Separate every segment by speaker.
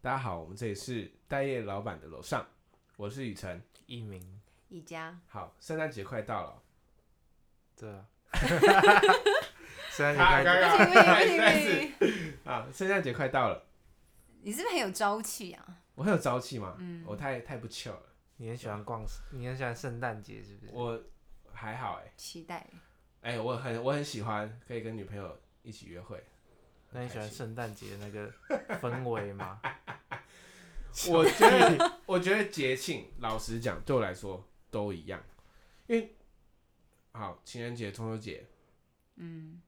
Speaker 1: 大家好，我们这里是待业老板的楼上，我是雨辰。
Speaker 2: 一名，
Speaker 3: 宜家
Speaker 1: 好，圣诞节快到了，
Speaker 2: 对啊， 虽然你
Speaker 1: 他刚
Speaker 2: 看
Speaker 1: 刚
Speaker 3: 不行不行不行
Speaker 1: 再
Speaker 3: 不
Speaker 1: 次
Speaker 3: 行
Speaker 1: 啊，圣诞节快到了，
Speaker 3: 你是不是很有朝气啊？
Speaker 1: 我很有朝气嘛，
Speaker 3: 嗯
Speaker 1: 我太太不 chill 了，
Speaker 2: 你很喜欢逛，你很喜欢圣诞节是不是？
Speaker 1: 我还好哎、
Speaker 3: 期待
Speaker 1: 哎、我很我很喜欢可以跟女朋友一起约会，
Speaker 2: 那你喜欢
Speaker 1: 很开心
Speaker 2: 圣诞节那个氛围 吗？
Speaker 1: 我觉得，我觉得节庆，老实讲，对我来说都一样，因为好情人节、中秋节，嗯，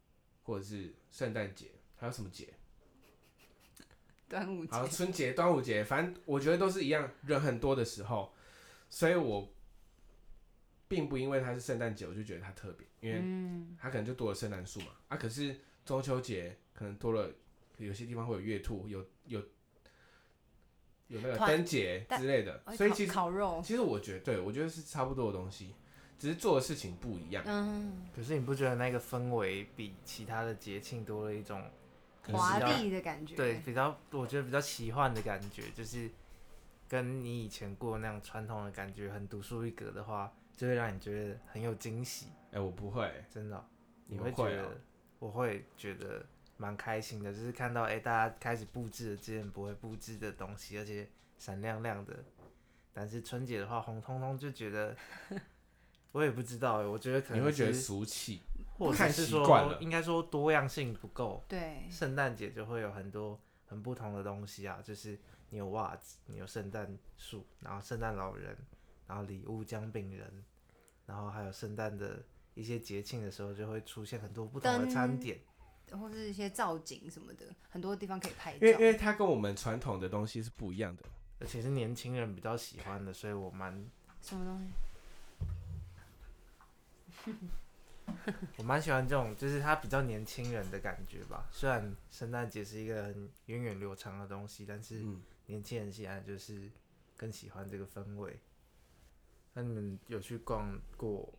Speaker 1: 或者是圣诞节，还有什么节？
Speaker 3: 端午节
Speaker 1: 好，春节、端午节，反正我觉得都是一样，人很多的时候，所以我并不因为它是圣诞节，我就觉得它特别，因为
Speaker 3: 嗯，
Speaker 1: 它可能就多了圣诞树嘛。啊，可是中秋节可能多了，有些地方会有月兔，有有有那个
Speaker 3: 团哦
Speaker 1: 灯节之类的，所以
Speaker 3: 烤
Speaker 1: 其实
Speaker 3: 烤肉，
Speaker 1: 其实我觉得，对我觉得是差不多的东西，只是做的事情不一样。
Speaker 3: 嗯，
Speaker 2: 可是你不觉得那个氛围比其他的节庆多了一种可能
Speaker 3: 华
Speaker 2: 是要
Speaker 3: 丽的感觉，
Speaker 2: 对，比较，我觉得比较奇幻的感觉，就是跟你以前过那种传统的感觉很独树一格的话，就会让你觉得很有惊喜，
Speaker 1: 哎、我不会，
Speaker 2: 真的哦、
Speaker 1: 你
Speaker 2: 会
Speaker 1: 们
Speaker 2: 觉
Speaker 1: 会
Speaker 2: 得
Speaker 1: 哦、
Speaker 2: 我会觉得蛮开心的，就是看到哎、诶大家开始布置了之前不会布置的东西，而且闪亮亮的。但是春节的话，红彤彤就觉 得，我也不知道哎、我觉得可能
Speaker 1: 你会觉得
Speaker 2: 是，
Speaker 1: 俗气，
Speaker 2: 或者
Speaker 1: 看
Speaker 2: 是
Speaker 1: 习惯
Speaker 2: 说
Speaker 1: 了，
Speaker 2: 应该说多样性不够。
Speaker 3: 对
Speaker 2: 圣诞节就会有很多很不同的东西啊，就是你有袜子，你有圣诞树，然后圣诞老人，然后礼物姜饼人，然后还有圣诞的一些节庆的时候，就会出现很多不同的
Speaker 3: 灯
Speaker 2: 餐点。
Speaker 3: 或是一些造景什么的，很多地方可以拍
Speaker 1: 因为因
Speaker 3: 照。
Speaker 1: 为它跟我们传统的东西是不一样的。
Speaker 2: 而且是年轻人比较喜欢的，所以我蛮
Speaker 3: 什么东西？
Speaker 2: 我蛮喜欢这种，就是它比较年轻人的感觉吧。虽然圣诞节是一个很源远流长的东西，但是
Speaker 1: 嗯，
Speaker 2: 年轻人现在就是更喜欢这个氛围。那你们有去逛过？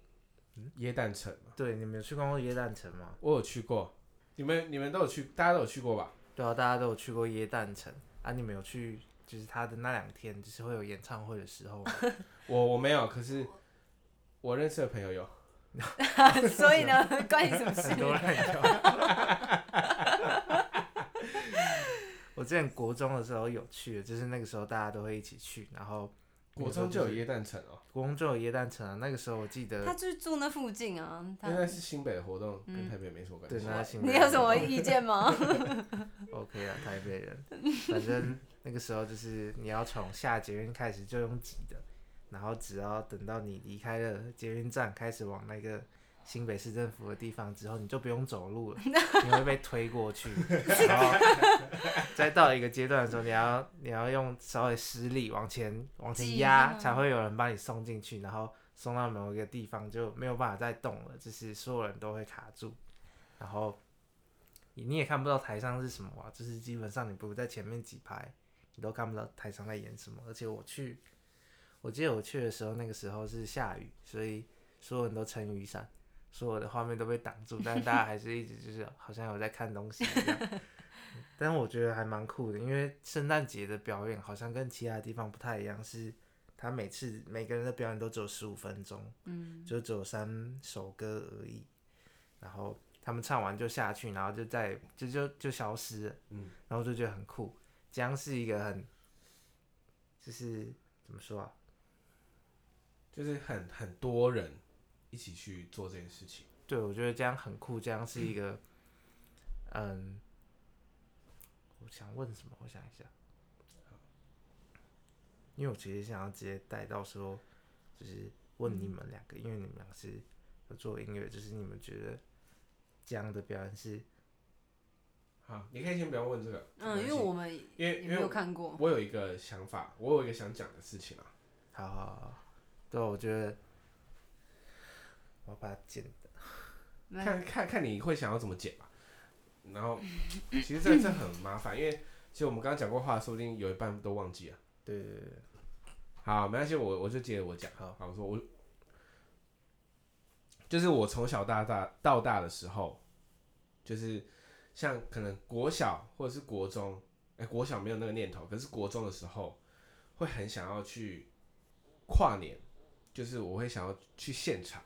Speaker 1: 椰蛋城嘛，
Speaker 2: 对，你们有去逛过耶诞城吗？
Speaker 1: 我有去过，你们你们都有去，大家都有去过吧？
Speaker 2: 对啊，大家都有去过耶诞城啊。你们有去？就是他的那两天，就是会有演唱会的时候吗，
Speaker 1: 我我没有，可是我认识的朋友有。
Speaker 3: 所以呢，关你什么事
Speaker 2: 很？ 多人有。我之前国中的时候有去，就是那个时候大家都会一起去，然后
Speaker 1: 国中就有椰蛋城哦、
Speaker 2: 国中就有耶诞城啊。那个时候我记
Speaker 3: 他
Speaker 2: 得，
Speaker 3: 就是住那附近啊，他
Speaker 1: 因为那是新北的活动，跟
Speaker 3: 嗯
Speaker 1: 台北没什么关
Speaker 2: 对，
Speaker 1: 系。
Speaker 2: 那是 新
Speaker 3: 你
Speaker 2: 北
Speaker 3: 有什么意见 吗？
Speaker 2: OK 啊，台北人，反正那个时候就是你要从下捷运开始就用挤的，然后只要等到你离开了捷运站，开始往那个新北市政府的地方之后，你就不用走路了，你会被推过去，然后再到一个阶段的时候，你要你要用稍微施力往前往前
Speaker 3: 挤
Speaker 2: 压，
Speaker 3: 吗
Speaker 2: 才会有人把你送进去，然后送到某一个地方就没有办法再动了，就是所有人都会卡住，然后。你也看不到台上是什么啊，就是基本上你不在前面几排，你都看不到台上在演什么。而且我去，我记得我去的时候，那个时候是下雨，所以所有人都撑雨伞，所有的画面都被挡住，但是大家还是一直就是好像有在看东西一样。 但我觉得还蛮酷的，因为圣诞节的表演好像跟其他地方不太一样，是他每次每个人的表演都只有十五分钟，嗯，就只有三首歌而已，然后他们唱完就下去，然后就再就就就消失了，
Speaker 1: 嗯，
Speaker 2: 然后就觉得很酷。这样是一个很，就是怎么说啊？
Speaker 1: 就是很很多人一起去做这件事情。
Speaker 2: 对，我觉得这样很酷，这样是一个，嗯，我想问什么？我想一下，因为我其实想要直接带到说，就是问你们两个，因为你们两个是有做音乐，就是你们觉得这样的表演是
Speaker 1: 好，你可以先不要问这个，
Speaker 3: 嗯，因为
Speaker 1: 没关系
Speaker 3: 我们
Speaker 1: 因为
Speaker 3: 也没
Speaker 1: 因为
Speaker 3: 有
Speaker 1: 我
Speaker 3: 看过，
Speaker 1: 我有一个想法，我有一个想讲的事情啊。
Speaker 2: 好好好好，对，啊我觉得我要把它剪
Speaker 3: 没
Speaker 1: 看看看你会想要怎么剪吧。然后，其实这这很麻烦，因为其实我们刚刚讲过话，说不定有一半都忘记了。
Speaker 2: 对对对，
Speaker 1: 好，没关系，我我就接着我讲。
Speaker 2: 好
Speaker 1: 好，我说我就是我从小到大到大的时候，就是像可能国小或者是国中，哎、国小没有那个念头，可是国中的时候会很想要去跨年，就是我会想要去现场，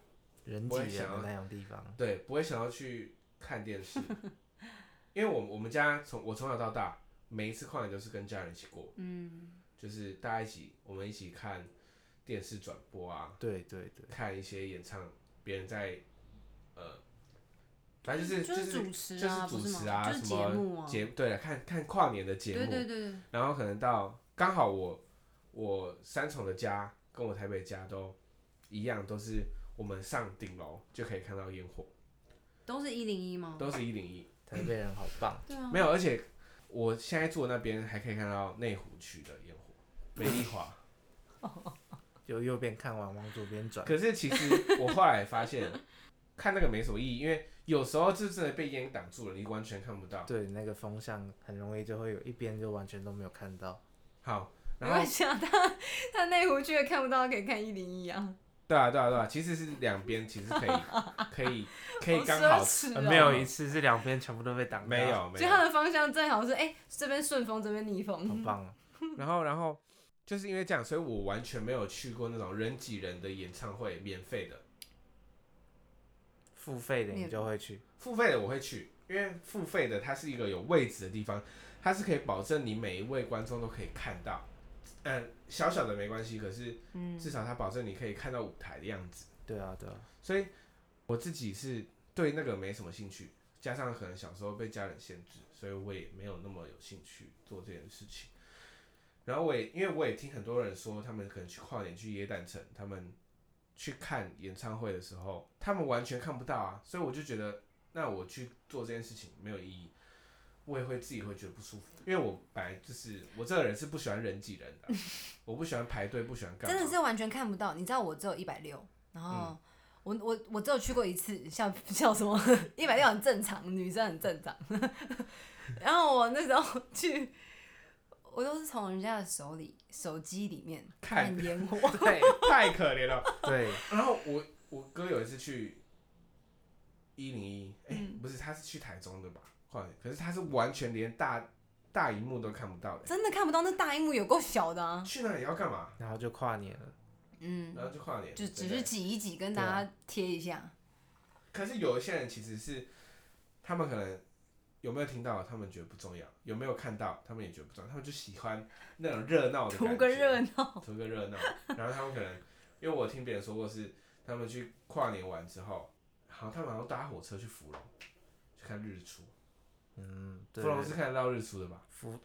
Speaker 2: 人挤
Speaker 1: 我也
Speaker 2: 人
Speaker 1: 想
Speaker 2: 的
Speaker 1: 要
Speaker 2: 那种地方，
Speaker 1: 对，不会想要去看电视，因为我我们家从我从小到大每一次跨年都是跟家人一起过，嗯，就是大家一起我们一起看电视转播啊，
Speaker 2: 对对对，
Speaker 1: 看一些演唱，别人在呃，反正就是
Speaker 4: 就是
Speaker 1: 是
Speaker 4: 主持
Speaker 1: 就
Speaker 4: 啊
Speaker 1: 是主
Speaker 4: 不是吗
Speaker 1: 持啊，
Speaker 4: 就
Speaker 1: 什
Speaker 4: 是节目
Speaker 1: 么
Speaker 4: 啊
Speaker 1: 节对了，看看跨年的节
Speaker 4: 对
Speaker 1: 目，
Speaker 4: 对对对，
Speaker 1: 然后可能到刚好我我三重的家跟我台北家都一样，都是我们上顶楼就可以看到烟火，
Speaker 4: 都是一零一吗？
Speaker 1: 都是一零一，
Speaker 2: 台北人好棒，
Speaker 4: 对啊，
Speaker 1: 没有，而且我现在住的那边还可以看到内湖区的烟火，美丽华。
Speaker 2: 就右边看完往左边转，
Speaker 1: 可是其实我后来发现，看那个没什么意义，因为有时候就真的被烟挡住了，你完全看不到。
Speaker 2: 对，那个风向很容易就会有一边就完全都没有看到，
Speaker 1: 好，
Speaker 4: 没
Speaker 1: 然
Speaker 4: 关
Speaker 1: 后
Speaker 4: 系啊，他 他内湖区也看不到，可以看一零一啊，
Speaker 1: 对啊对啊对啊，其实是两边其实可以可以可以
Speaker 4: 好
Speaker 1: 刚
Speaker 4: 奢
Speaker 1: 好，
Speaker 4: 侈
Speaker 2: 呃
Speaker 4: 哦
Speaker 2: 没有一次是两边全部都被挡到，
Speaker 1: 没，有没
Speaker 4: 就它
Speaker 1: 有。
Speaker 4: 的方向正好是哎、这边顺风，这边逆
Speaker 1: 嗯
Speaker 2: 好
Speaker 4: 风，
Speaker 2: 棒哦，
Speaker 1: 然后然后就是因为这样，所以我完全没有去过那种人挤人的演唱会，免费的，
Speaker 2: 付费的你
Speaker 4: 面
Speaker 2: 就会去，
Speaker 1: 付费的我会去，因为付费的它是一个有位置的地方，它是可以保证你每一位观众都可以看到。嗯，小小的没关系，可是
Speaker 4: 嗯，
Speaker 1: 至少它保证你可以看到舞台的样子。
Speaker 2: 对啊对啊，
Speaker 1: 所以我自己是对那个没什么兴趣，加上可能小时候被家人限制，所以我也没有那么有兴趣做这件事情。然后我也因为我也听很多人说，他们可能去跨年去耶诞城，他们去看演唱会的时候，他们完全看不到啊，所以我就觉得那我去做这件事情没有意义。我也会自己会觉得不舒服，因为我本来就是我这个人是不喜欢人挤人的啊，我不喜欢排队，不喜欢干嘛。
Speaker 4: 真的是完全看不到。你知道我只有一百六，然
Speaker 1: 嗯
Speaker 4: 后我我我只有去过一次，笑 笑什么？一百六很正常，女生很正常。 然后我那时候去，我都是从人家的手里手机里面
Speaker 1: 看
Speaker 4: 看烟火，
Speaker 2: 对
Speaker 1: 太可怜了，
Speaker 2: 对，
Speaker 1: 然后我我哥有一次去一零一，哎，
Speaker 4: 嗯
Speaker 1: 不是，他是去台中的吧？换，可是他是完全连大大荧幕都看不到的、
Speaker 4: 真的看不到。那大荧幕有够小的啊，
Speaker 1: 去那里要干嘛？
Speaker 2: 然后就跨年了，
Speaker 4: 嗯，
Speaker 1: 然后就跨年，
Speaker 4: 就
Speaker 1: 对不
Speaker 4: 只
Speaker 1: 对啊
Speaker 4: 是挤一挤，跟大家贴一下。
Speaker 1: 可是有一些人其实是，他们可能有没有听到，他们觉得不重要；有没有看到，他们也觉得不重要。他们就喜欢那种热闹的感觉，
Speaker 4: 图个 热闹，
Speaker 1: 图个热闹。然后他们可能，因为我听别人说过是，他们去跨年完之后，好，他们好像搭火车去芙蓉，去看日出。
Speaker 2: 嗯，对
Speaker 1: 芙，蓉是看得到日出的吧？
Speaker 2: 服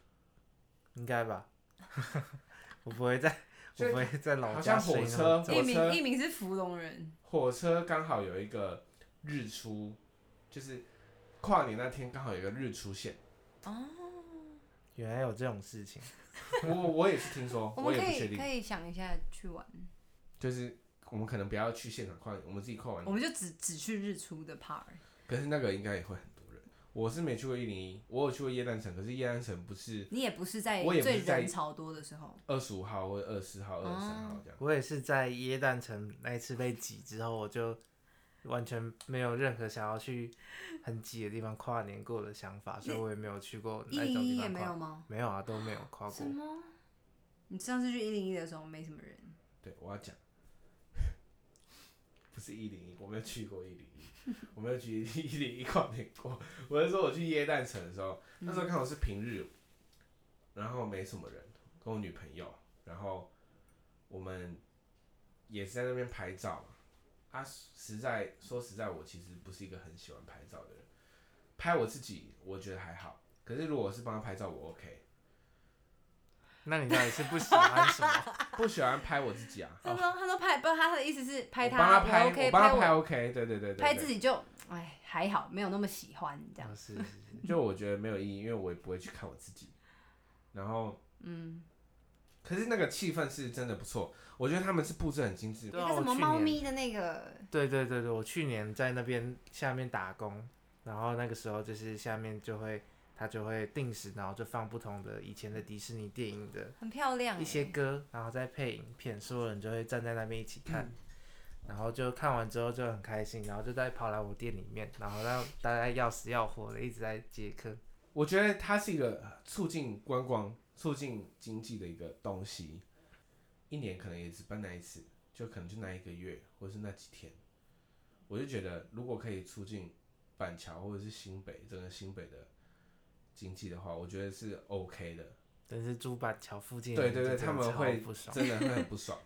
Speaker 2: 应该吧， 我不会在，我不会在老
Speaker 1: 好
Speaker 2: 家
Speaker 1: 像
Speaker 2: 睡
Speaker 1: 火
Speaker 2: 那
Speaker 1: 车
Speaker 2: 么，久
Speaker 4: 一
Speaker 1: 火
Speaker 4: 名
Speaker 1: 车，
Speaker 4: 一名是芙蓉人，
Speaker 1: 火车刚好有一个日出，就是跨年那天刚好有一个日出线。
Speaker 2: 原来有这种事情，
Speaker 1: 我我也是听说，
Speaker 4: 我
Speaker 1: 我
Speaker 4: 们
Speaker 1: 也
Speaker 4: 可
Speaker 1: 不确
Speaker 4: 以可
Speaker 1: 定，嗯
Speaker 4: 以想一下去玩，
Speaker 1: 就是我们可能不要去现场跨年，我们自己跨完
Speaker 4: 我。们就只只去日出的 part。
Speaker 1: 可是那个应该也会很多人。我是没去过一零一，我有去过耶诞城，可是耶诞城不是
Speaker 4: 你也不是在
Speaker 1: 我也不
Speaker 4: 最
Speaker 1: 是在
Speaker 4: 人潮多的时候，
Speaker 1: 二十五号或者二十四号、二十三
Speaker 4: 哦
Speaker 1: 号这样。
Speaker 2: 我也是在耶诞城那一次被挤之后，我就完全没有任何想要去很挤的地方跨年过的想法，所以我也没有去过
Speaker 4: 一
Speaker 2: 那种
Speaker 4: 零一
Speaker 2: 地
Speaker 4: 也
Speaker 2: 方
Speaker 4: 没有
Speaker 2: 跨，
Speaker 4: 吗？
Speaker 2: 没有啊，都没有跨过
Speaker 4: 什，么？你上次去一零一的时候没什么人，
Speaker 1: 对，我要讲，不是一零一，我没有去过一零一，我没有去一零一跨年过。我是说我去耶诞城的时候，那
Speaker 4: 嗯
Speaker 1: 时候刚好是平日，然后没什么人，跟我女朋友，然后我们也是在那边拍照嘛。啊，实在说实在，我其实不是一个很喜欢拍照的人，拍我自己我觉得还好，可是如果是帮他拍照，我 OK，
Speaker 2: 那你到底是不喜欢什么？
Speaker 1: 不喜欢拍我自己 啊。
Speaker 4: 他说他说拍，不，他的意思是拍
Speaker 1: 我帮他
Speaker 4: 我
Speaker 1: 拍，
Speaker 4: OK，
Speaker 1: 帮他
Speaker 4: 我
Speaker 1: OK，对对对对对，
Speaker 4: 拍自己就，哎，还好没有那么喜欢 这样
Speaker 2: 哦。是是是，
Speaker 1: 就我觉得没有意义，因为我也不会去看我自己。然后，
Speaker 4: 嗯，
Speaker 1: 可是那个气氛是真的不错，我觉得他们是布置很精致。
Speaker 2: 对
Speaker 3: 那
Speaker 2: 啊
Speaker 3: 个什
Speaker 2: 我
Speaker 3: 么
Speaker 2: 去
Speaker 3: 猫
Speaker 2: 年
Speaker 3: 咪的那个，
Speaker 2: 对对对对，我去年在那边下面打工，然后那个时候就是下面就会他就会定时，然后就放不同的以前的迪士尼电影的
Speaker 4: 很漂亮欸、
Speaker 2: 一些歌，然后再配影片，所有人就会站在那边一起看，然后就看完之后就很开心，然后就再跑来我店里面，然后让大家要死要活的一直在接客，
Speaker 1: 我觉得它是一个促进观光、促进经济的一个东西。一年可能也只办那一次，就可能就那一个月，或者是那几天。我就觉得，如果可以促进板桥或者是新北整个新北的经济的话，我觉得是 OK 的。
Speaker 2: 但是珠板桥附近的
Speaker 1: 对
Speaker 2: 人
Speaker 1: 对对，
Speaker 2: 就真的
Speaker 1: 他们
Speaker 2: 超
Speaker 1: 会
Speaker 2: 不爽。
Speaker 1: 真的会很不 爽。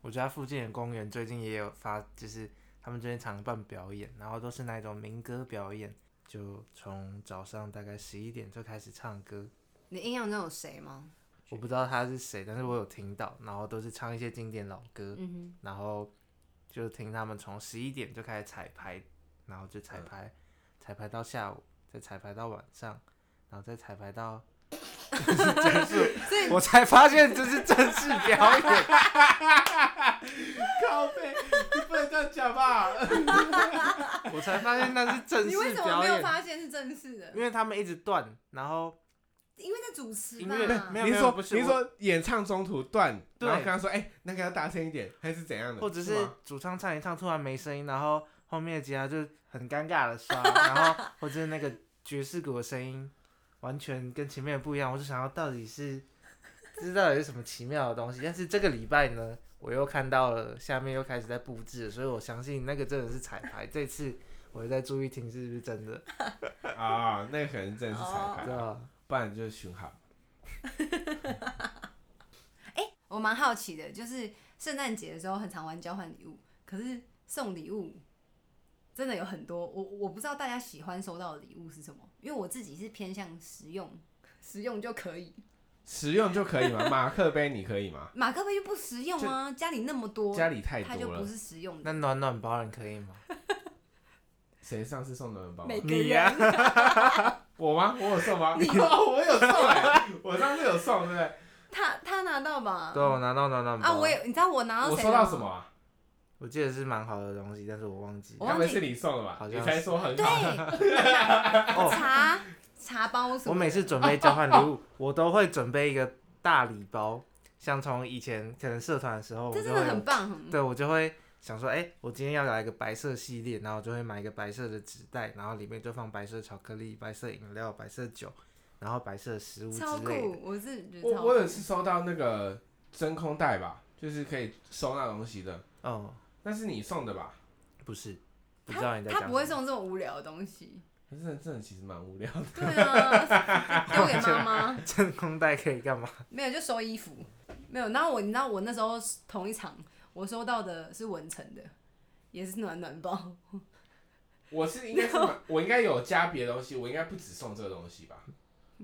Speaker 2: 我觉得它附近的公园最近也有发，就是他们最近常办表演，然后都是那种民歌表演，就从早上大概十一点就开始唱歌。
Speaker 3: 你印象中有谁吗？
Speaker 2: 我不知道他是谁，但是我有听到，然后都是唱一些经典老歌，
Speaker 3: 嗯
Speaker 2: 然后就听他们从十一点就开始彩排，然后就彩排，彩排到下午，再彩排到晚上，然后再彩排到我才发现这是正式表演。
Speaker 1: 靠背，你不能这样讲吧？
Speaker 2: 我才发现那是正
Speaker 4: 你为
Speaker 2: 式
Speaker 4: 什么
Speaker 2: 表
Speaker 4: 没有
Speaker 2: 演，
Speaker 4: 发现是正式的？
Speaker 2: 因为他们一直断，然后
Speaker 4: 因为在主持
Speaker 2: 音
Speaker 4: 嘛。
Speaker 2: 乐没有
Speaker 1: 你是
Speaker 2: 没有
Speaker 1: 说
Speaker 2: 不是
Speaker 1: 你是说演唱中途断，
Speaker 2: 对
Speaker 1: 然后跟他说，哎、那个要大声一点，还是怎样 的？
Speaker 2: 或者
Speaker 1: 是
Speaker 2: 是主唱唱一唱突然没声音，然后后面的吉他就很尴尬的刷，然 后或者是那个爵士鼓的声音完全跟前面的不一样，我就想要到底是知道有什么奇妙的东西，但是这个礼拜呢，我又看到了下面又开始在布置了，所以我相信那个真的是彩排，这次我会再注意听是不是真的，
Speaker 1: 吗啊、那个可能真的是彩排
Speaker 2: 对
Speaker 1: 啊，
Speaker 2: 吧？
Speaker 1: 不然就是巡航。
Speaker 4: 我蛮好奇的，就是圣诞节的时候很常玩交换礼物，可是送礼物真的有很多，我我不知道大家喜欢收到的礼物是什么，因为我自己是偏向实用，实用就可以，
Speaker 1: 实用就可以 吗？马克杯你可以吗？
Speaker 4: 马克杯就不实用啊，家里那么多，
Speaker 1: 家里太
Speaker 4: 它就
Speaker 1: 多
Speaker 4: 不
Speaker 1: 了。
Speaker 4: 是实用的。
Speaker 2: 那暖暖包你可以吗？
Speaker 1: 谁上次送暖暖包啊？
Speaker 4: 每个
Speaker 2: 你呀、
Speaker 4: 人
Speaker 1: 我吗？我有送吗？ 哦，我有送哎，我上次有送，对不对？
Speaker 4: 他他拿到吧？
Speaker 2: 对，我拿到暖暖包
Speaker 4: 嗯啊，我也你知道我拿到
Speaker 1: 我
Speaker 4: 谁
Speaker 1: 收
Speaker 4: 的
Speaker 1: 到
Speaker 4: 吗
Speaker 1: 什么？啊？
Speaker 2: 我记得是蛮好的东西，但是我忘记
Speaker 4: 我
Speaker 1: 该
Speaker 4: 忘
Speaker 1: 不
Speaker 4: 记
Speaker 1: 会是你送的吧？
Speaker 2: 好
Speaker 1: 你
Speaker 2: 像
Speaker 1: 才说很
Speaker 4: 对，
Speaker 1: 好。
Speaker 2: 哦
Speaker 4: 茶茶包什么的？
Speaker 2: 我每次准备交换礼物，我都会准备一个大礼包，像从以前可能社团的时候，我
Speaker 4: 这
Speaker 2: 就
Speaker 4: 真的
Speaker 2: 会
Speaker 4: 很
Speaker 2: 有，
Speaker 4: 棒，很
Speaker 2: 对我就会想说，哎、我今天要来一个白色系列，然后我就会买一个白色的纸袋，然后里面就放白色巧克力、白色饮料、白色酒，然后白色食物之
Speaker 4: 超
Speaker 2: 类的。
Speaker 4: 酷，我是觉得
Speaker 1: 我
Speaker 4: 超
Speaker 1: 我有
Speaker 4: 酷
Speaker 1: 一次收到那个真空袋吧，就是可以收纳东西的，
Speaker 2: 哦、
Speaker 1: 那是你送的吧？
Speaker 2: 不是，不知道
Speaker 4: 他
Speaker 2: 你在讲
Speaker 4: 他不会
Speaker 2: 什么
Speaker 4: 送这么无聊的东西。
Speaker 1: 可是真的真的其实蛮无聊的。
Speaker 4: 对啊，丢给妈妈
Speaker 2: 真空袋可以干嘛？
Speaker 4: 没有就收衣服，没有。然后我你知道我那时候同一场我收到的是文成的，也是暖暖包，
Speaker 1: 我是应该是买，我应该有加别的东西，我应该不只送这个东西吧？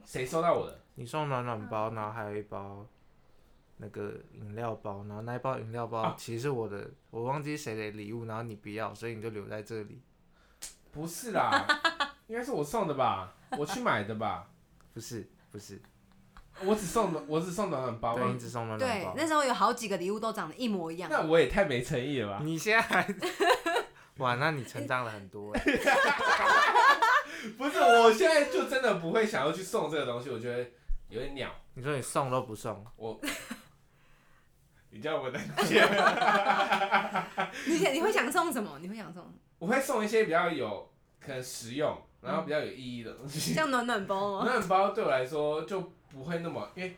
Speaker 1: 谁收到我的？
Speaker 2: 你送暖暖包，然后还有一包那个饮料包，然后那一包饮料包
Speaker 1: 啊
Speaker 2: 其实是我的，我忘记谁的礼物，然后你不要，所以你就留在这里。
Speaker 1: 不是啦，应该是我送的吧？我去买的吧？
Speaker 2: 不是不是，
Speaker 1: 我只送我只送暖暖包
Speaker 2: 对，
Speaker 1: 啊
Speaker 2: 你，只送暖暖
Speaker 4: 对，
Speaker 2: 包。
Speaker 4: 那时候有好几个礼物都长得一模一样。
Speaker 1: 那我也太没诚意了吧？
Speaker 2: 你现在还哇，那你成长了很多哎。
Speaker 1: 不是，我现在就真的不会想要去送这个东西，我觉得有点鸟。
Speaker 2: 你说你送都不送，
Speaker 1: 我，你叫我难接。
Speaker 4: 你想你会想送什么？你会想送
Speaker 1: 我会送一些比较有可能实用，然后比较有意义的东西。
Speaker 4: 像暖暖包吗？
Speaker 1: 暖暖包对我来说就不会那么，因为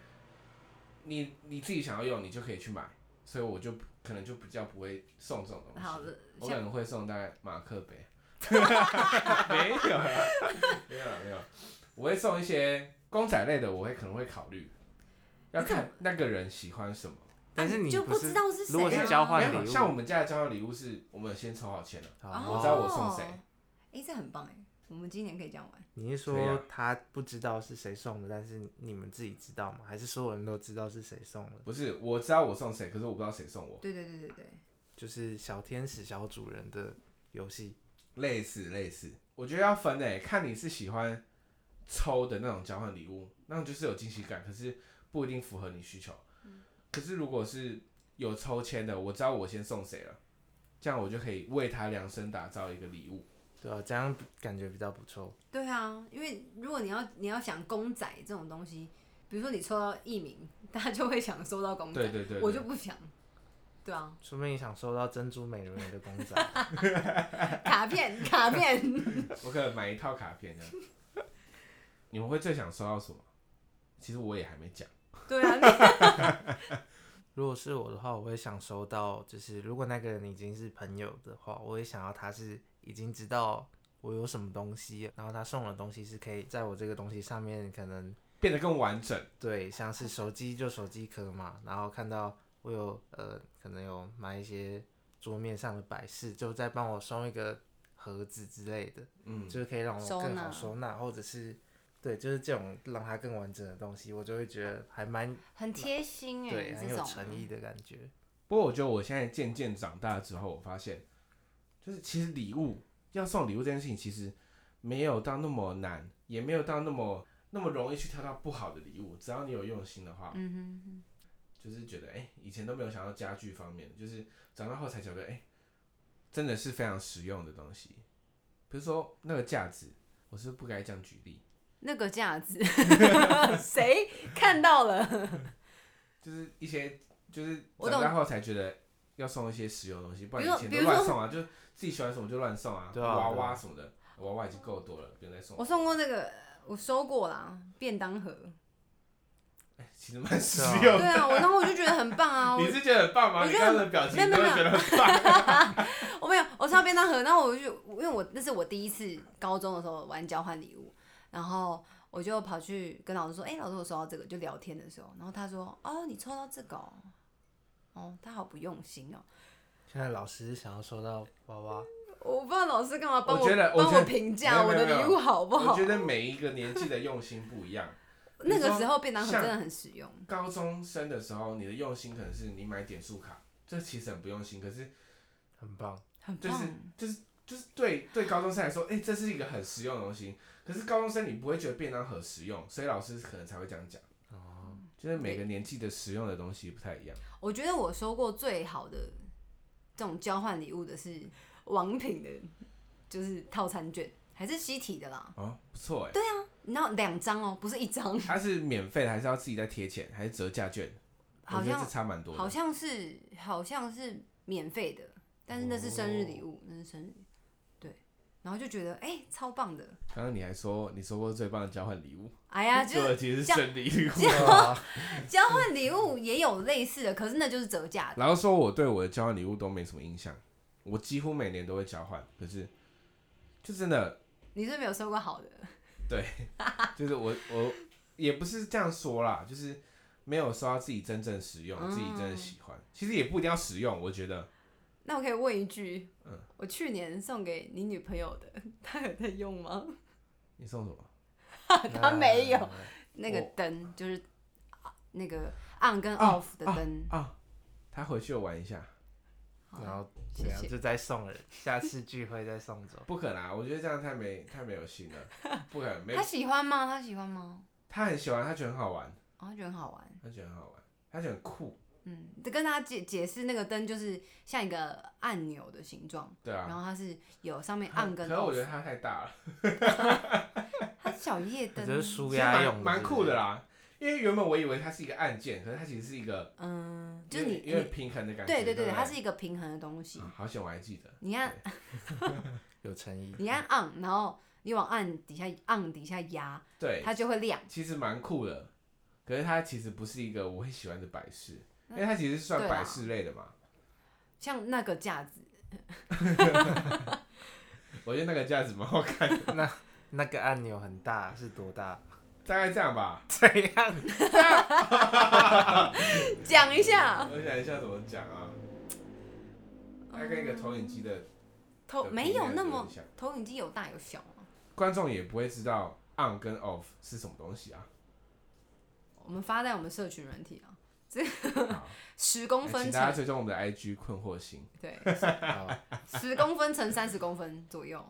Speaker 1: 你你自己想要用，你就可以去买，所以我就可能就比较不会送这种东西。
Speaker 4: 好的，
Speaker 1: 我可
Speaker 4: 像
Speaker 1: 能会送大概马克 杯，没有啦，没有啦没有，我会送一些公仔类的，我会可能会考虑，要看那个人喜欢什么。
Speaker 2: 但是
Speaker 4: 啊
Speaker 2: 你
Speaker 4: 就
Speaker 2: 不
Speaker 4: 知
Speaker 2: 是
Speaker 4: 道是谁啊。
Speaker 2: 如果是交换
Speaker 1: 没
Speaker 2: 礼
Speaker 1: 有，
Speaker 2: 物
Speaker 1: 像我们家的交换礼物是我们有先抽好签了，
Speaker 4: 哦
Speaker 1: 我知道我送谁。
Speaker 4: 哎，这很棒哎，我们今年可以这样玩。
Speaker 2: 你是
Speaker 1: 可以
Speaker 2: 说
Speaker 1: 啊
Speaker 2: 他不知道是谁送的，但是你们自己知道吗？还是所有人都知道是谁送的？
Speaker 1: 不是，我知道我送谁，可是我不知道谁送我。
Speaker 4: 对对对对对，
Speaker 2: 就是小天使小主人的游戏，
Speaker 1: 类似类似，我觉得要分诶、看你是喜欢抽的那种交换礼物，那种就是有惊喜感，可是不一定符合你需求。可是如果是有抽签的，我知道我先送谁了，这样我就可以为他量身打造一个礼物。
Speaker 2: 对啊，这样感觉比较不错。
Speaker 4: 对啊，因为如果你要你要想公仔这种东西，比如说你抽到艺名，大家就会想收到公仔，
Speaker 1: 对对对
Speaker 4: 嗯我
Speaker 1: 对
Speaker 4: 就不想。对啊，
Speaker 2: 说不定你想收到珍珠美人鱼的公仔，
Speaker 4: 卡片卡片，
Speaker 1: 我可能买一套卡片这样。你们会最想收到什么？其实我也还没讲。
Speaker 4: 对啊， 你
Speaker 2: 如果是我的话，我会想收到，就是如果那个人已经是朋友的话，我也想要他是已经知道我有什么东西，然后他送我的东西是可以在我这个东西上面可能
Speaker 1: 变得更完整，
Speaker 2: 对，像是手机就手机壳嘛，然后看到我有呃可能有买一些桌面上的摆饰，就再帮我送一个盒子之类的，
Speaker 1: 嗯，
Speaker 2: 就是可以让我
Speaker 3: 收
Speaker 2: 更
Speaker 3: 纳
Speaker 2: 好收纳，或者是对，就是这种让它更完整的东西，我就会觉得还蛮
Speaker 3: 很贴心哎、
Speaker 2: 对，
Speaker 3: 欸，
Speaker 2: 很
Speaker 3: 这
Speaker 2: 有
Speaker 3: 种
Speaker 2: 诚意的感觉。
Speaker 1: 不过我觉得我现在渐渐长大之后，我发现，就是其实礼物要送礼物这件事情，其实没有到那么难，也没有到那么那么容易去挑到不好的礼物。只要你有用心的话，
Speaker 3: 嗯哼哼。
Speaker 1: 就是觉得哎、以前都没有想到家具方面，就是长大后才晓得，哎、真的是非常实用的东西。比如说那个架子，我是不该这样举例，
Speaker 3: 那个架子，
Speaker 4: 谁看到了？
Speaker 1: 就是一些就是
Speaker 4: 我懂
Speaker 1: 长大后才觉得要送一些实用的东西，不然以
Speaker 4: 比如说
Speaker 1: 前都
Speaker 4: 比如说
Speaker 1: 乱送啊，就自己喜欢什么就乱送啊，
Speaker 2: 对啊
Speaker 1: 娃
Speaker 2: 对啊
Speaker 1: 娃什么的，娃娃已经够多了，不用再送
Speaker 4: 我。送过那个，我收过啦，便当盒。
Speaker 1: 哎其实蛮实
Speaker 2: 对
Speaker 1: 用
Speaker 4: 对
Speaker 1: 的。
Speaker 4: 啊，我然后我就觉得很棒啊，我
Speaker 1: 你是觉得很棒吗？
Speaker 4: 我
Speaker 1: 你
Speaker 4: 觉得
Speaker 1: 刚刚的表情
Speaker 4: 没有
Speaker 1: 都
Speaker 4: 没
Speaker 1: 会
Speaker 4: 有
Speaker 1: 觉得很棒。
Speaker 4: 我没有，我抽到便当盒，然后我就因为我那是我第一次高中的时候玩交换礼物，然后我就跑去跟老师说，哎、老师我收到这个，就聊天的时候，然后他说，哦，你抽到这个哦，哦，他好不用心哦，
Speaker 2: 现在老师想要收到娃娃，
Speaker 4: 我不知道老师干嘛帮
Speaker 1: 我觉得我
Speaker 4: 帮
Speaker 1: 觉
Speaker 4: 我
Speaker 1: 得
Speaker 4: 评价
Speaker 1: 没
Speaker 4: 我
Speaker 1: 有没
Speaker 4: 的
Speaker 1: 有没有
Speaker 4: 礼物好不
Speaker 1: 我
Speaker 4: 好
Speaker 1: 觉？得每一个年纪的用心不一样。
Speaker 4: 那
Speaker 1: 你
Speaker 4: 个
Speaker 1: 说
Speaker 4: 时候便当盒
Speaker 1: 像
Speaker 4: 真的很实用，
Speaker 1: 高中生的时候，你的用心可能是你买点数卡，这其实很不用心，可是
Speaker 2: 很棒。
Speaker 4: 很
Speaker 1: 就
Speaker 4: 棒。
Speaker 1: 是就是就是对对高中生来说，哎、这是一个很实用的东西。可是高中生你不会觉得便当很实用，所以老师可能才会这样讲。
Speaker 2: 哦，
Speaker 1: 就是每个年纪的实用的东西不太一样。
Speaker 4: 我觉得我收过最好的这种交换礼物的是王品的，就是套餐券，还是实体的啦。
Speaker 1: 哦，不错哎、对，
Speaker 4: 然后两张哦，不是一张，
Speaker 1: 它是免费的，还是要自己再贴钱，还是折价券？我
Speaker 4: 好
Speaker 1: 觉得
Speaker 4: 像
Speaker 1: 这差蛮多
Speaker 4: 好
Speaker 1: 的。
Speaker 4: 像是好像是免费的，但是那是生日礼
Speaker 1: 哦
Speaker 4: 物，那是生日，对，然后就觉得哎、超棒的，
Speaker 1: 刚刚你还说你说过最棒的交换礼物，
Speaker 4: 哎呀，就
Speaker 1: 做
Speaker 4: 是
Speaker 1: 的其实是
Speaker 4: 像
Speaker 1: 生日礼物。
Speaker 4: 交换礼物也有类似的，可是那就是折价的，
Speaker 1: 然后说我对我的交换礼物都没什么印象，我几乎每年都会交换，可是就真的
Speaker 4: 你是没有收过好的，
Speaker 1: 就是我我也不是这样说啦，就是没有收到自己真正实用、自己真的喜欢，
Speaker 4: 嗯
Speaker 1: 其实也不一定要实用，我觉得
Speaker 4: 那我可以问一句，
Speaker 1: 嗯
Speaker 4: 我去年送给你女朋友的， 她有在用吗？
Speaker 1: 你送什么？
Speaker 4: 他没有
Speaker 2: 啊
Speaker 4: 那个
Speaker 1: 我
Speaker 4: 灯就是啊那个 on 跟
Speaker 1: 啊
Speaker 4: off 的灯，
Speaker 1: 啊、他回去玩一下，
Speaker 4: 好
Speaker 2: 然后
Speaker 4: 谢
Speaker 2: 这样
Speaker 4: 谢。
Speaker 2: 就再送人，下次聚会再送走。
Speaker 1: 不可能、啊，我觉得这样太没太没有心了，不可能，没
Speaker 4: 她喜欢吗？她喜欢吗？
Speaker 1: 他很喜欢，他觉得很好玩，
Speaker 4: 哦，她觉得很好玩。
Speaker 1: 他觉得很好玩，他觉得很酷，
Speaker 4: 嗯，跟大家解解释，那个灯就是像一个按钮的形状，
Speaker 1: 对
Speaker 4: 然
Speaker 1: 啊。
Speaker 4: 后它是有上面按
Speaker 1: 可
Speaker 4: 跟
Speaker 1: 是我觉得
Speaker 4: off，
Speaker 1: 他太大了，
Speaker 4: 它是小夜
Speaker 2: 我
Speaker 4: 灯
Speaker 2: 觉，得舒
Speaker 1: 其实
Speaker 2: 压
Speaker 1: 蛮
Speaker 2: 用
Speaker 1: 蛮酷的
Speaker 2: 啦。
Speaker 1: 啦。因为原本我以为它是一个按键，可是它其实是一个
Speaker 4: 嗯，就是你
Speaker 1: 有点
Speaker 4: 你
Speaker 1: 有点平衡的感觉。
Speaker 4: 对对
Speaker 1: 对
Speaker 4: 对，
Speaker 1: 不
Speaker 4: 它是一个平衡的东西
Speaker 1: 啊。好险我还记得。
Speaker 4: 你按
Speaker 2: 有诚意。
Speaker 4: 你按 on，然后你往 on 底下 on 底下压，
Speaker 1: 对，
Speaker 4: 它就会亮。
Speaker 1: 其实蛮酷的，可是它其实不是一个我会喜欢的摆饰，因为它其实是算
Speaker 4: 对啊
Speaker 1: 摆饰类的嘛。
Speaker 4: 像那个架子，啊
Speaker 1: 我觉得那个架子蛮好看的，
Speaker 2: 那个按钮很大，是多大？
Speaker 1: 大概这样吧。
Speaker 2: 怎样？
Speaker 4: 讲一下，
Speaker 1: 我想一下怎么讲啊，它跟一个投影机的
Speaker 4: 投
Speaker 1: 的
Speaker 4: 哦没
Speaker 1: 平
Speaker 4: 有
Speaker 1: 面
Speaker 4: 那
Speaker 1: 点
Speaker 4: 么
Speaker 1: 像
Speaker 4: 投影机有大有小啊嘛。
Speaker 1: 观众也不会知道 on 跟 off 是什么东西啊。
Speaker 4: 我们发在我们社群软体啊，
Speaker 1: 好
Speaker 4: 十公
Speaker 1: 哎请
Speaker 4: 分
Speaker 1: 大家
Speaker 4: 乘
Speaker 1: 追踪我们的 IG 困惑星，
Speaker 4: 对，
Speaker 2: 好
Speaker 4: 十公分乘三十公分左右。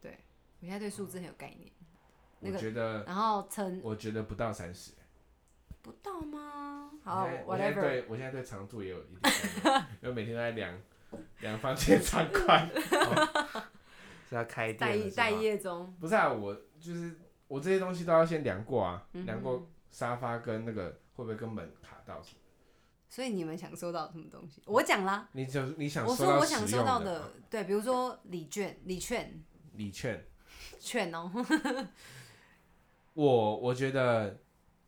Speaker 4: 对，我现在对数字很有概念。那
Speaker 1: 我
Speaker 4: 个
Speaker 1: 觉得
Speaker 4: 然后乘
Speaker 1: 我觉得不到三十。
Speaker 4: 不到吗？好
Speaker 1: 现在我现在
Speaker 4: ，whatever。
Speaker 1: 对我现在对长度也有一点概念，因为每天都在量量房间长宽。
Speaker 2: 是要开
Speaker 4: 待
Speaker 2: 店了
Speaker 4: 业
Speaker 2: 是吗
Speaker 4: 待业中，
Speaker 1: 不是啊，我就是我这些东西都要先量过啊，
Speaker 4: 嗯哼
Speaker 1: 量过沙发跟那个会不会跟门卡到什么。
Speaker 4: 所以你们想收到什么东西？我讲啦，
Speaker 1: 你就你想
Speaker 4: 我
Speaker 1: 收
Speaker 4: 说
Speaker 1: 到
Speaker 4: 我想
Speaker 1: 实
Speaker 4: 收
Speaker 1: 用
Speaker 4: 到
Speaker 1: 的吗
Speaker 4: 的，对，比如说礼券、礼券、
Speaker 1: 礼券，
Speaker 4: 券哦，
Speaker 1: 我我觉得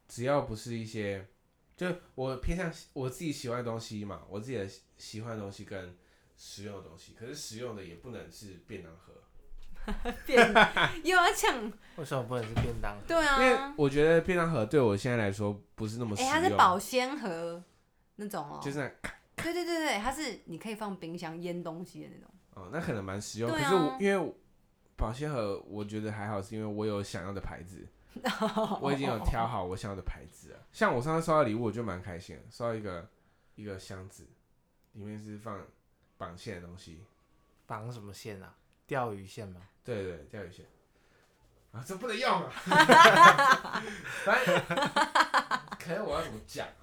Speaker 1: 只要不是一些，就我偏向我自己喜欢的东西嘛，我自己的喜喜欢的东西跟实用的东西，可是实用的也不能是便当盒，
Speaker 4: 便又要抢，
Speaker 2: 为什么不能是便当？
Speaker 4: 对
Speaker 1: 因为
Speaker 4: 啊，
Speaker 1: 我觉得便当盒对我现在来说不是那么实
Speaker 4: 哎、
Speaker 1: 用，
Speaker 4: 它是保鲜盒那种哦、
Speaker 1: 就是那
Speaker 4: 对对对对，它是你可以放冰箱腌东西的那种。
Speaker 1: 哦，那可能蛮实用。
Speaker 4: 对
Speaker 1: 可
Speaker 4: 啊
Speaker 1: 是我因为我保鲜盒，我觉得还好，是因为我有想要的牌 子，我已经有挑好我想要的牌子了。像我上次收到礼物，我就蛮开心的，收到一个一个箱子，里面是放绑线的东西，
Speaker 2: 绑什么线啊？钓鱼线吗？
Speaker 1: 对对对，钓鱼线。啊，这不能用 啊！反正，可是我要怎么讲啊？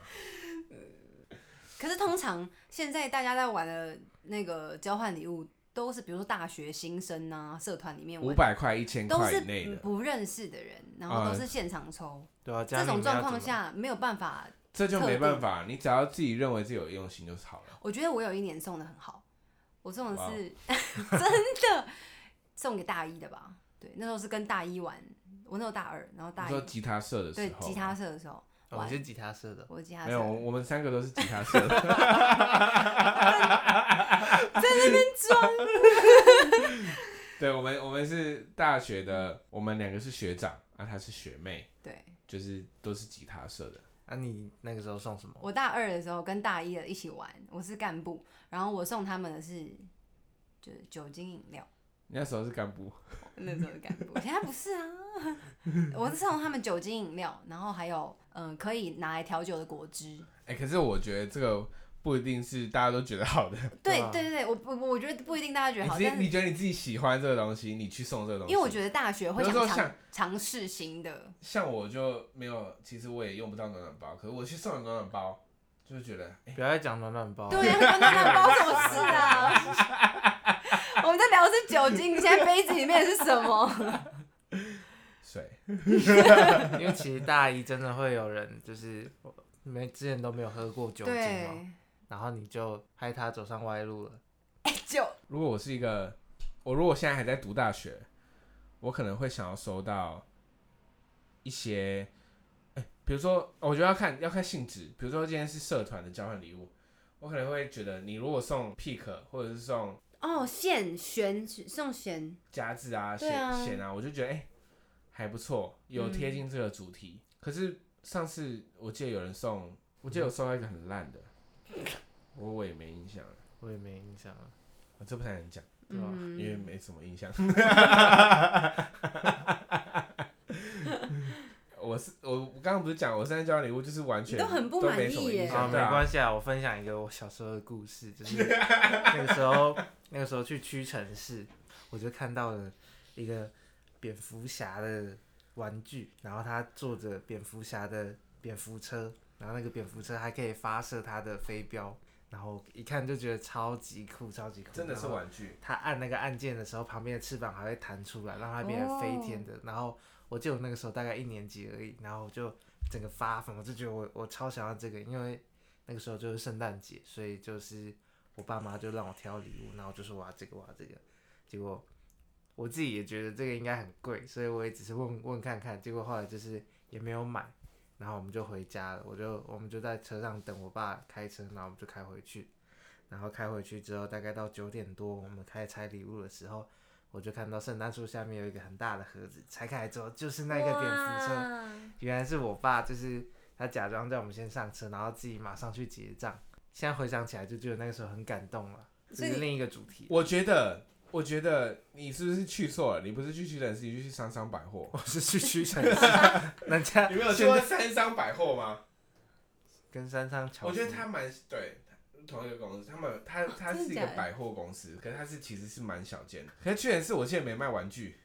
Speaker 4: 可是通常现在大家在玩的那个交换礼物，都是比如说大学新生啊，社团里面
Speaker 1: 五
Speaker 4: 玩，
Speaker 1: 百块、一千
Speaker 4: 都
Speaker 1: 块
Speaker 4: 是
Speaker 1: 以内
Speaker 4: 嗯
Speaker 1: 的，
Speaker 4: 不认识的人，然后
Speaker 1: 啊
Speaker 4: 都是现场抽。
Speaker 2: 对啊，
Speaker 4: 这
Speaker 2: 样你
Speaker 4: 种
Speaker 2: 们要
Speaker 4: 状
Speaker 2: 怎
Speaker 4: 况
Speaker 2: 么
Speaker 4: 下没有办法。
Speaker 1: 这就没
Speaker 4: 特定
Speaker 1: 办法。你只要自己认为自己有用心就是好了。
Speaker 4: 我觉得我有一年送的很好，我送
Speaker 1: 哇
Speaker 4: 的
Speaker 1: 哦
Speaker 4: 是 真的送给大一的吧？对，那时候是跟大一玩，我那时候大二，然后
Speaker 1: 你
Speaker 4: 大
Speaker 1: 说
Speaker 4: 一
Speaker 1: 吉他社的时
Speaker 4: 对
Speaker 1: 候，
Speaker 4: 吉他社的时候
Speaker 2: 哦我
Speaker 4: 玩
Speaker 2: 是，吉他社的，
Speaker 4: 我的吉他
Speaker 1: 没有，
Speaker 4: 社
Speaker 1: 我我们三个都是吉 他社的。 对，我们我们是大学的，我们两个是学长，啊，她是学妹，
Speaker 4: 对。
Speaker 1: 就是都是吉他社的。
Speaker 2: 啊，你那个时候送什么？
Speaker 4: 我大二的时候跟大一的一起玩，我是干部，然后我送他们的是就是酒精饮料，
Speaker 1: 你那时候是干部，
Speaker 4: 那时候的干部，现在不是啊， 我是送他们酒精饮料，然后还有嗯、呃可以拿来调酒的果汁。
Speaker 1: 哎、可是我觉得这个不一定是大家都觉得好的。
Speaker 4: 对
Speaker 2: 对啊
Speaker 4: 对对对，我我我觉得不一定大家觉得
Speaker 1: 你
Speaker 4: 好，
Speaker 1: 自己
Speaker 4: 但
Speaker 1: 你
Speaker 4: 是
Speaker 1: 觉得你自己喜欢这个东西，你去送这个东西，
Speaker 4: 因为我觉得大学会
Speaker 1: 有时候
Speaker 4: 想尝
Speaker 1: 像
Speaker 4: 尝试新的，
Speaker 1: 像我就没有，其实我也用不到暖暖包，可是我去送了暖暖包，就是觉得
Speaker 2: 不要再讲暖
Speaker 1: 哦
Speaker 2: 暖包。
Speaker 4: 对啊，跟暖暖包什么事啊？我们在聊的是酒精，现在杯子里面是什么？
Speaker 1: 水。
Speaker 2: 因为其实大一真的会有人就是没之前都没有喝过酒精
Speaker 4: 对
Speaker 2: 嘛，，然后你就害他走上歪路了。
Speaker 4: 哎、酒
Speaker 1: 如果我是一个，我如果现在还在读大学，我可能会想要收到一些，哎、比如说，我觉得要看要看性质。比如说今天是社团的交换礼物，我可能会觉得你如果送 pick 或者是送
Speaker 4: 哦，线悬送弦。
Speaker 1: 夹子啊、
Speaker 4: 对
Speaker 1: 弦
Speaker 4: 啊
Speaker 1: 弦啊我就觉得哎、还不错，有贴近这个主题。
Speaker 4: 嗯
Speaker 1: 可是上次我记得有人送，我记得有收到一个很烂的，我我也没印象了，
Speaker 2: 我也没印象了，
Speaker 1: 我这不太能讲。
Speaker 2: 对吧？
Speaker 4: 嗯
Speaker 1: 因为没什么印象。我是我，我刚刚不是讲我圣诞交换礼物就是完全
Speaker 4: 你都很不
Speaker 1: 都
Speaker 4: 满
Speaker 1: 没什么
Speaker 4: 意耶
Speaker 1: 印
Speaker 2: 啊，
Speaker 1: 象
Speaker 2: 没
Speaker 1: 对啊
Speaker 2: 关系啊，我分享一个我小时候的故事，就是 那个时候，那个时候去屈臣氏，我就看到了一个蝙蝠侠的玩具，然后他坐着蝙蝠侠的蝙蝠车，然后那个蝙蝠车还可以发射它的飞镖，然后一看就觉得超级酷，超级酷，
Speaker 1: 真的是
Speaker 2: 然后
Speaker 1: 玩具。
Speaker 2: 他按那个按键的时候，旁边的翅膀还会弹出来，让它变成飞天的。然后我记得我那个时候大概一年级而已，然后我就整个发疯，我就觉得我我超想要这个，因为那个时候就是圣诞节，所以就是我爸妈就让我挑礼物，然后就说我要这个，我要这个。结果我自己也觉得这个应该很贵，所以我也只是问问看看。结果后来就是也没有买，然后我们就回家了，我就我们就在车上等我爸开车，然后我们就开回去。然后开回去之后，大概到九点多，我们开始拆礼物的时候，我就看到圣诞树下面有一个很大的盒子，拆开来之后就是那个蝙蝠车，
Speaker 4: 车，
Speaker 2: 原来是我爸，就是他假装叫我们先上车，然后自己马上去结账。现在回想起来就觉得那个时候很感动了，这
Speaker 4: 所以
Speaker 2: 是
Speaker 4: 你
Speaker 2: 另一个主题。
Speaker 1: 我觉得，我觉得你是不是去错了？你不是去屈臣氏，你是去商商百货。
Speaker 2: 我是去屈 臣氏，人家
Speaker 1: 你没有去过三商百货吗？
Speaker 2: 跟山上巧，
Speaker 1: 我觉得他蛮对，同一个公司，他们他他
Speaker 4: 哦真的
Speaker 1: 是一
Speaker 4: 假
Speaker 1: 个
Speaker 4: 的
Speaker 1: 百货公司，可是他是其实是蛮小间的。可是屈臣氏我记得没卖玩具，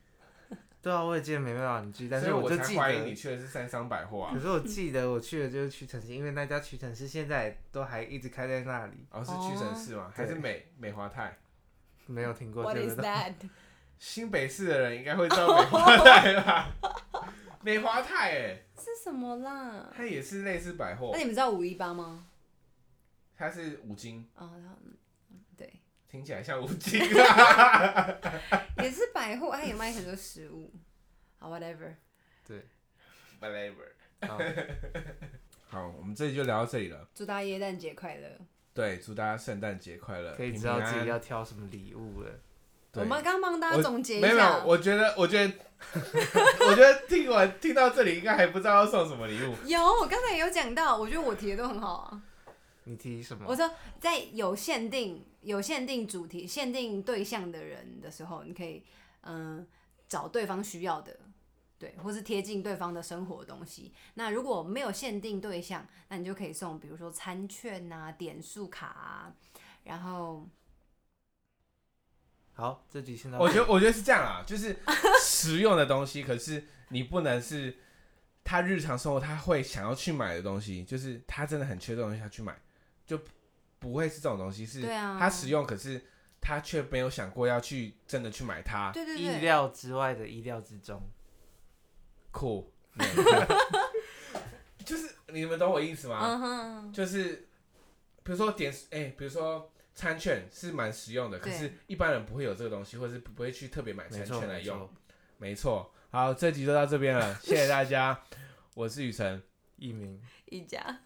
Speaker 2: 对啊，我也记得没办法，你去，但
Speaker 1: 所以
Speaker 2: 是
Speaker 1: 我
Speaker 2: 就
Speaker 1: 才
Speaker 2: 记
Speaker 1: 怀疑你
Speaker 2: 得，
Speaker 1: 去的是三商百货啊
Speaker 2: 可。是我记得我去的就是屈臣氏，因为那家屈臣氏现在都还一直开在那里，
Speaker 1: 哦，是屈臣氏吗？还是
Speaker 2: 对
Speaker 1: 美美华泰？
Speaker 2: 没有听过
Speaker 4: What
Speaker 2: 这个
Speaker 4: is
Speaker 2: 东
Speaker 4: that？
Speaker 1: 新北市的人应该会知
Speaker 2: 哦
Speaker 1: 道美华泰吧？美华泰、欸，
Speaker 4: 是什么啦？
Speaker 1: 它也是类似百货
Speaker 2: 哎
Speaker 4: 那，你们知道五一八吗？
Speaker 1: 它是五金，
Speaker 4: 哦，然后嗯嗯对，
Speaker 1: 听起来像五金。啊
Speaker 4: 也是百货，它也卖很多食物。好，whatever。
Speaker 2: 对，
Speaker 1: whatever。
Speaker 2: 好
Speaker 1: 好，我们这集就聊到这里了。
Speaker 4: 祝大家耶诞节快乐！
Speaker 1: 对，祝大家圣诞节快乐，
Speaker 2: 可以
Speaker 1: 平
Speaker 2: 知道
Speaker 1: 平安
Speaker 2: 自己
Speaker 1: 安
Speaker 2: 要挑什么礼物了。
Speaker 1: 对
Speaker 4: 我们刚刚帮大
Speaker 1: 我
Speaker 4: 家总结一
Speaker 1: 没有没有
Speaker 4: 下，，
Speaker 1: 我觉得，我觉得， 我觉得听完听到这里，应该还不知道要送什么礼物。
Speaker 4: 有我刚才也有讲到，我觉得我提的都很好啊。
Speaker 2: 你提
Speaker 1: 嗯
Speaker 2: 什
Speaker 4: 我
Speaker 2: 么？
Speaker 4: 说在有限定、有限定主题、限定对象的人的时候，你可以嗯、找对方需要的，对，或是贴近对方的生活的东西。那如果没有限定对象，那你就可以送，比如说餐券啊、点数卡啊，然后
Speaker 2: 好，这集先到这
Speaker 1: 我
Speaker 2: 里。
Speaker 1: 觉得，我觉得是这样啦，就是实用的东西，可是你不能是他日常生活他会想要去买的东西，就是他真的很缺这种东西，他去买，就不会是这种东西，是
Speaker 4: 对啊
Speaker 1: 他实用，可是他却没有想过要去真的去买它。
Speaker 4: 对对
Speaker 2: 意
Speaker 4: 对，
Speaker 2: 料之外的意料之中。
Speaker 1: 酷， 就是你们懂我意思吗？
Speaker 4: 嗯哼，
Speaker 1: 就是比如说点，哎、比如说餐券是蛮实用的，可
Speaker 4: 对
Speaker 1: 是一般人不会有这个东西，或是不会去特别买
Speaker 2: 没
Speaker 1: 餐
Speaker 2: 错，
Speaker 1: 券来
Speaker 2: 没
Speaker 1: 用
Speaker 2: 错。。
Speaker 1: 没错，好，这集就到这边了，谢谢大家，我是雨辰，
Speaker 2: 一鸣。
Speaker 4: 一家。